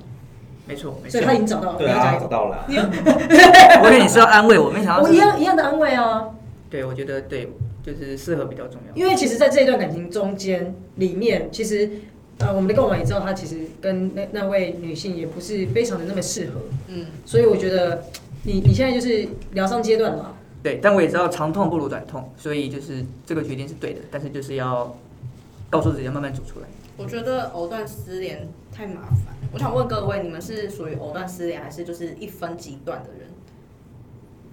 [SPEAKER 5] 没错没错
[SPEAKER 4] 所以。他已经找到，
[SPEAKER 3] 对
[SPEAKER 4] 你要
[SPEAKER 3] 啊，
[SPEAKER 4] 找
[SPEAKER 3] 找
[SPEAKER 4] 到。
[SPEAKER 3] 到了，
[SPEAKER 5] 我以为你是要安慰我，没想到
[SPEAKER 4] 我
[SPEAKER 5] 是
[SPEAKER 4] 一样一样的安慰啊，
[SPEAKER 5] 对，我觉得对，就是适合比较重要。
[SPEAKER 4] 因为其实，在这一段感情中间里面，其实呃，我们的购买也知道，他其实跟那那位女性也不是非常的那么适合，
[SPEAKER 1] 嗯，
[SPEAKER 4] 所以我觉得你你现在就是疗伤阶段嘛，
[SPEAKER 5] 对，但我也知道长痛不如短痛，所以就是这个决定是对的，但是就是要告诉自己要慢慢走出来。
[SPEAKER 1] (laughs) 我觉得藕断丝连太麻烦。我想问各位，你们是属于藕断丝连，还是就是一分即断的人？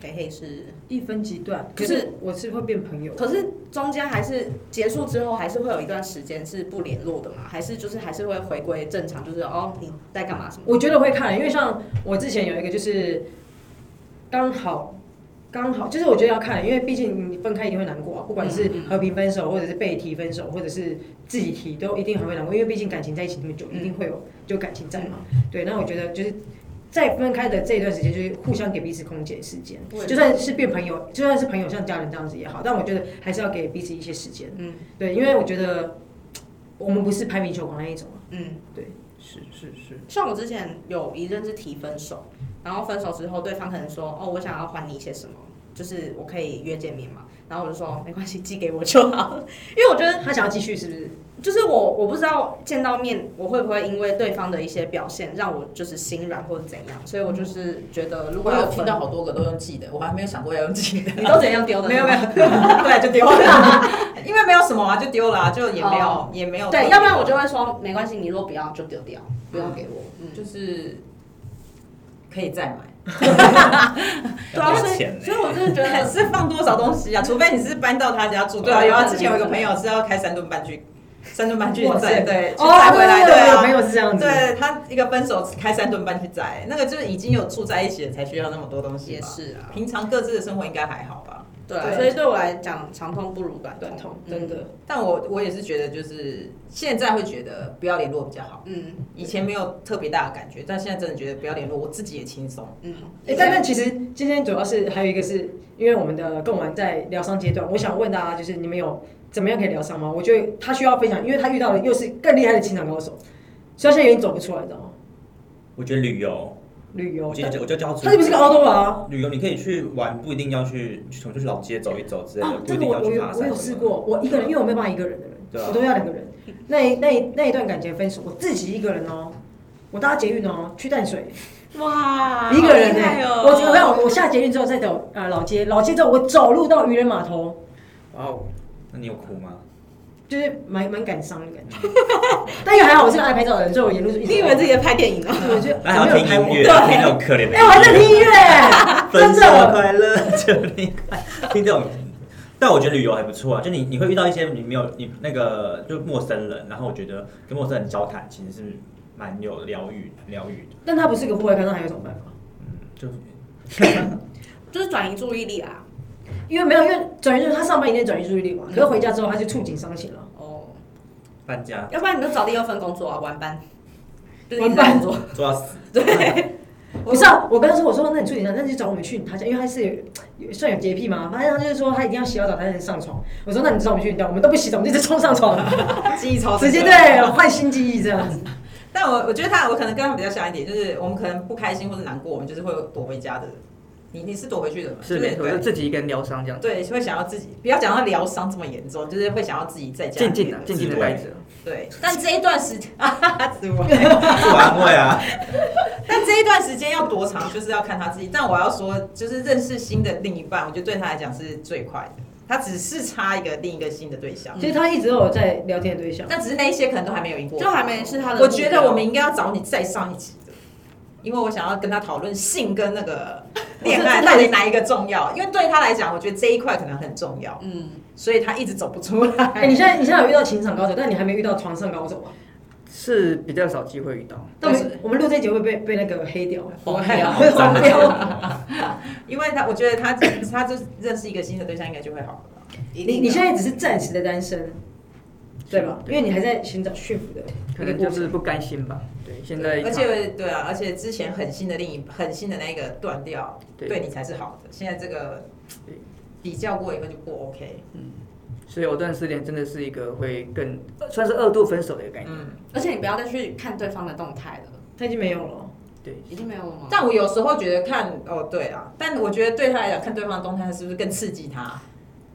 [SPEAKER 1] 黑黑是，
[SPEAKER 4] 一分即断。
[SPEAKER 1] 可
[SPEAKER 4] 可
[SPEAKER 1] 是
[SPEAKER 4] 是我是会变朋友，
[SPEAKER 1] 可是中间还是结束之后，还是会有一段时间是不联络的嘛？还是就是还是会回归正常，就是哦你在干嘛什么？
[SPEAKER 4] 我觉得会看，因为像我之前有一个就是刚好刚好，就是我觉得要看，因为毕竟你分开一定会难过啊，不管是
[SPEAKER 1] 嗯嗯
[SPEAKER 4] 和平分手，或者是被提分手，或者是自己提，都一定很会难过，因为毕竟感情在一起那么久，
[SPEAKER 1] 嗯
[SPEAKER 4] 一定会有就感情在嘛。对，那我觉得就是。在分开的这一段时间，就是互相给彼此空间、时间
[SPEAKER 1] 对，
[SPEAKER 4] 就算是变朋友，就算是朋友像家人这样子也好，但我觉得还是要给彼此一些时间。
[SPEAKER 1] 嗯
[SPEAKER 4] 对，因为我觉得我们不是排名球王那一种啊。
[SPEAKER 1] 嗯，
[SPEAKER 5] 是是是，
[SPEAKER 1] 像我之前有一任是提分手，然后分手之后，对方可能说哦，我想要还你一些什么，就是我可以约见面嘛。然后我就说没关系，寄给我就好， (laughs) 因为我觉得
[SPEAKER 4] 他想要继续是不是？
[SPEAKER 1] 就是我我不知道见到面我会不会因为对方的一些表现让我就是心软或者怎样，所以我就是觉得如
[SPEAKER 2] 如
[SPEAKER 1] 果
[SPEAKER 2] 果
[SPEAKER 1] 要
[SPEAKER 2] 有
[SPEAKER 1] 分
[SPEAKER 2] 听到好多个都用寄的，我还没有想过要用寄的。
[SPEAKER 1] 你都怎样丢的？
[SPEAKER 2] 没
[SPEAKER 1] (laughs)
[SPEAKER 2] 有没有，，对，就丢了，因为没有什么啊，就丢了啊，就也没有、
[SPEAKER 1] 哦
[SPEAKER 2] 也没有。
[SPEAKER 1] 对，要不然我就会说没关系，你如果不要就丢掉，不要给我。嗯，
[SPEAKER 2] 就是可以再买。
[SPEAKER 1] 对啊，
[SPEAKER 3] 要
[SPEAKER 1] 所
[SPEAKER 3] 花钱
[SPEAKER 1] 以
[SPEAKER 3] 呢
[SPEAKER 1] 所以我
[SPEAKER 2] (laughs)
[SPEAKER 1] 就是觉
[SPEAKER 2] 看
[SPEAKER 1] 得，
[SPEAKER 2] 啊是放多少东西啊？除非你是搬到他家住。对啊，有啊，之前有一个朋友是要开三顿半去，三顿半去
[SPEAKER 4] 哇塞
[SPEAKER 2] 载，对，去载回来，
[SPEAKER 4] 对对对我
[SPEAKER 2] 啊
[SPEAKER 4] 朋。友是这样子。
[SPEAKER 2] 对他一个分手开三顿半去载，那个就是已经有住在一起了才需要那么多东西
[SPEAKER 1] 也
[SPEAKER 2] 吧。
[SPEAKER 1] 是啊，
[SPEAKER 2] 平常各自的生活应该还好吧？
[SPEAKER 1] 对啊，
[SPEAKER 4] 对
[SPEAKER 1] 所以对我来讲，长痛不如短
[SPEAKER 4] 短痛
[SPEAKER 1] 嗯
[SPEAKER 4] 真的。
[SPEAKER 2] 但我我也是觉得，就是现在会觉得不要联络比较好。
[SPEAKER 1] 嗯
[SPEAKER 2] 以前没有特别大的感觉，但现在真的觉得不要联络，我自己也轻 (laughs) 松。
[SPEAKER 1] 嗯，
[SPEAKER 4] 哎、但但其实今天主要是还有一个是因为我们的更完在疗伤阶段，我想问大家就是你们有怎么样可以疗伤吗？我觉得他需要分享，因为他遇到的又是更厉害的情场高手，所以他现在有点走不出来，你知道吗？
[SPEAKER 3] 我觉得旅游，
[SPEAKER 4] 旅游
[SPEAKER 3] 我，觉
[SPEAKER 4] (laughs)
[SPEAKER 3] 得我就叫出
[SPEAKER 4] 他是不是个凹多啊？
[SPEAKER 3] 旅游，你可以去玩，不一定要去，我就去老街走一走之类的，
[SPEAKER 4] 啊，
[SPEAKER 3] 不
[SPEAKER 4] 这
[SPEAKER 3] 一
[SPEAKER 4] 个
[SPEAKER 3] 定
[SPEAKER 4] 我
[SPEAKER 3] 要
[SPEAKER 4] 我
[SPEAKER 3] 去
[SPEAKER 4] 有
[SPEAKER 3] 爬山。
[SPEAKER 4] 我有试过，，我一个人，因为我没有办法一个人的人，
[SPEAKER 3] 对啊
[SPEAKER 4] 我都要两个人。那一那一那一段感情分手，我自己一个人哦，我搭捷运哦去淡水，
[SPEAKER 2] 哇
[SPEAKER 4] 一个人呢、
[SPEAKER 3] 哦
[SPEAKER 4] 我只
[SPEAKER 2] 觉得
[SPEAKER 4] 让我我下捷运之后再走呃老街，老街之后我走路到渔人码头，
[SPEAKER 5] 哇哦，
[SPEAKER 3] 那你有哭吗？
[SPEAKER 4] 就是蛮蛮感伤的感觉。 (laughs) 但也还好，我是个爱拍照的人，所以我沿路就一直
[SPEAKER 1] 你以为自己在拍电影啊？
[SPEAKER 4] 对我就
[SPEAKER 3] 那还要
[SPEAKER 4] 没有
[SPEAKER 3] 听
[SPEAKER 4] 拍
[SPEAKER 3] 音
[SPEAKER 4] 我。
[SPEAKER 3] 乐，
[SPEAKER 4] 对
[SPEAKER 3] 听那种可怜的音乐。
[SPEAKER 4] 哎，我还在听
[SPEAKER 3] (laughs)
[SPEAKER 4] 音乐，
[SPEAKER 3] 分
[SPEAKER 4] 真
[SPEAKER 3] 手
[SPEAKER 4] 的。
[SPEAKER 3] 快乐， (laughs) 就你听这种。但我觉得旅游还不错啊，就你你会遇到一些你没有你那个就陌生人，然后我觉得跟陌生人交谈其实是蛮有疗愈疗愈的，
[SPEAKER 4] 但他不是个户外看，那还有什么办法？
[SPEAKER 3] 嗯，就
[SPEAKER 1] (laughs) 就是转移注意力啊。
[SPEAKER 4] 因为没有，因为转移就是他上班一定转移注意力嘛，可是回家之后他就触景伤情了。
[SPEAKER 1] 哦，
[SPEAKER 3] 搬家
[SPEAKER 1] 要不然你就找第二份工作啊，晚班，就是一直
[SPEAKER 4] 晚班
[SPEAKER 1] 工作。
[SPEAKER 3] 做到死，
[SPEAKER 4] 不是啊，我跟他说，我说那你触景伤，那就找我们去他家，因为他是有有算有洁癖嘛，反正他就是说他一定要洗好澡才能上床。我说那你找我们去你家，我们都不洗澡，我们就直接冲上床，
[SPEAKER 2] 记忆超
[SPEAKER 4] 直接对换新记忆这样子。
[SPEAKER 2] 但我我觉得他，我可能跟他们比较像一点，就是我们可能不开心或者难过，我们就是会躲回家的。你你是躲回去的嘛？
[SPEAKER 5] 是
[SPEAKER 2] 就是
[SPEAKER 5] 没错，就
[SPEAKER 2] 对
[SPEAKER 5] 自己一个人疗伤这样，
[SPEAKER 2] 对，会想要自己不要讲到疗伤这么严重，就是会想要自己在家
[SPEAKER 5] 静
[SPEAKER 2] 里
[SPEAKER 5] 静的静静的待着。
[SPEAKER 2] 对。 (laughs) 但这一段时间，哈哈自我
[SPEAKER 3] 自我安慰啊，
[SPEAKER 2] 但这一段时间要多长，就是要看他自己。但我要说，就是认识新的另一半，我觉得对他来讲是最快的。他只是差一个另一个新的对象，
[SPEAKER 4] 其实他一直都有在聊天的对象，
[SPEAKER 2] 但只是那一些可能都还没有赢过我。
[SPEAKER 1] 就还没是他的。
[SPEAKER 2] 我觉得我们应该要找你再上一集的，因为我想要跟他讨论性跟那个恋爱到底哪一个重要，因为对他来讲，我觉得这一块可能很重要，
[SPEAKER 1] 嗯，
[SPEAKER 2] 所以他一直走不出来。
[SPEAKER 4] 哎、你现在你现在有遇到情场高手，但你还没遇到床上高手啊？
[SPEAKER 5] 是比较少机会遇到。
[SPEAKER 4] 但我
[SPEAKER 2] 但
[SPEAKER 4] 们我们录这集会被被那个黑
[SPEAKER 5] (laughs)
[SPEAKER 4] 掉，
[SPEAKER 2] 黄标
[SPEAKER 4] (laughs) 会黄标。
[SPEAKER 2] 因为他我觉得他他就认识一个新的对象，应该就会好了吧。
[SPEAKER 1] 一
[SPEAKER 4] 你
[SPEAKER 1] 定
[SPEAKER 4] 你
[SPEAKER 1] 的
[SPEAKER 4] 现在只是暂时的单身，对吧？因
[SPEAKER 5] 对
[SPEAKER 4] 为你还在寻找驯服的
[SPEAKER 5] 可
[SPEAKER 4] 一个
[SPEAKER 5] 能
[SPEAKER 4] 过
[SPEAKER 5] 就
[SPEAKER 4] 程。
[SPEAKER 5] 是不甘心吧。对，现在
[SPEAKER 2] 而且对啊，而且之前很新的另一很新的那一个断掉，
[SPEAKER 5] 对
[SPEAKER 2] 对你才是好的。现在这个
[SPEAKER 5] 对
[SPEAKER 2] 比较过以后就不 OK。
[SPEAKER 5] 嗯所以藕断丝连真的是一个会更算是二度分手的一个概念。
[SPEAKER 2] 嗯，
[SPEAKER 1] 而且你不要再去看对方的动态了，
[SPEAKER 4] 他已经没有
[SPEAKER 5] (laughs)
[SPEAKER 4] 了。
[SPEAKER 5] 对，
[SPEAKER 1] 已经没有了吗？
[SPEAKER 2] 但我有时候觉得看哦，对啊，但我觉得对他来讲，看对方的动态是不是更刺激他？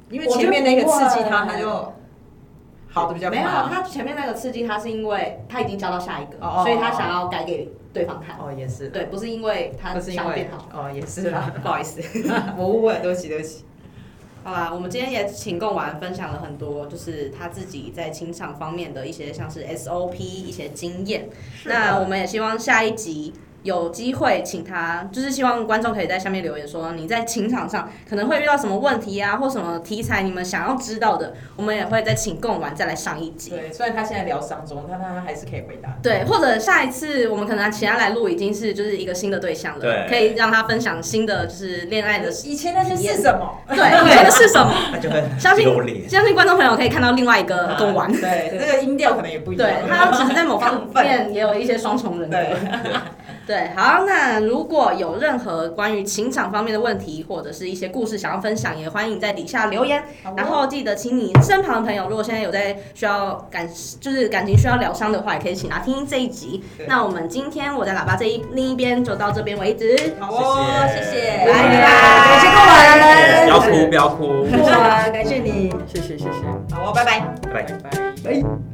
[SPEAKER 2] 因为前面那个刺激他，
[SPEAKER 1] 我觉得不会
[SPEAKER 2] 他就好的比较
[SPEAKER 1] 没有，
[SPEAKER 2] 快啊。
[SPEAKER 1] 他前面那个刺激他是因为他已经交到下一个，
[SPEAKER 2] 哦哦
[SPEAKER 1] 所以他想要改给对方看。
[SPEAKER 2] 哦，也是，
[SPEAKER 1] 对，不是因为他
[SPEAKER 2] 不是因
[SPEAKER 1] 想要
[SPEAKER 2] 为
[SPEAKER 1] 变好。啊
[SPEAKER 2] 哦，也是啦，不好意思， (laughs) 我误会了，对不起，对不起。
[SPEAKER 1] 好啦，我们今天也请贡丸分享了很多，就是他自己在情场方面的一些像是 SOP 一些经验。那啊我们也希望下一集有机会请他，就是希望观众可以在下面留言说你在情场上可能会遇到什么问题啊，或什么题材你们想要知道的，我们也会再请贡丸再来上一集。
[SPEAKER 2] 对，虽然他现在疗伤中，但他还是可以回答。
[SPEAKER 1] 对，或者下一次我们可能请他来录，已经是就是一个新的对象了，
[SPEAKER 3] 对
[SPEAKER 1] 可以让他分享新的就是恋爱的，
[SPEAKER 2] 以前那些是什么？
[SPEAKER 1] 对，这个是什么？
[SPEAKER 3] 他就会
[SPEAKER 1] 相信
[SPEAKER 3] 丢脸。
[SPEAKER 1] 相信观众朋友可以看到另外一个贡丸，
[SPEAKER 2] (laughs) (laughs) 对，
[SPEAKER 1] (laughs)
[SPEAKER 2] 这个音调可能也不一样。
[SPEAKER 1] 对他其实在某方面也有一些双重人格。
[SPEAKER 2] 对，
[SPEAKER 1] 对，好，那如果有任何关于情场方面的问题，或者是一些故事想要分享，也欢迎在底下留言。然
[SPEAKER 2] 哦
[SPEAKER 1] 后记得，请你身旁的朋友，如果现在有在需要感，就是感情需要疗伤的话，也可以请他听这一集
[SPEAKER 2] 对。
[SPEAKER 1] 那我们今天我在喇叭这一另一边就到这边为止，
[SPEAKER 2] 好哦，
[SPEAKER 3] 谢
[SPEAKER 2] 谢
[SPEAKER 3] 谢
[SPEAKER 2] 谢，
[SPEAKER 3] 拜拜
[SPEAKER 4] 感
[SPEAKER 3] 不
[SPEAKER 4] 谢各
[SPEAKER 3] 要
[SPEAKER 4] 位， (laughs)
[SPEAKER 3] 哭，不要哭，
[SPEAKER 4] 啊过来，感谢你，
[SPEAKER 5] 谢谢谢谢，
[SPEAKER 2] 好哦，拜拜。
[SPEAKER 3] 拜拜。
[SPEAKER 5] 拜拜。
[SPEAKER 4] 哎。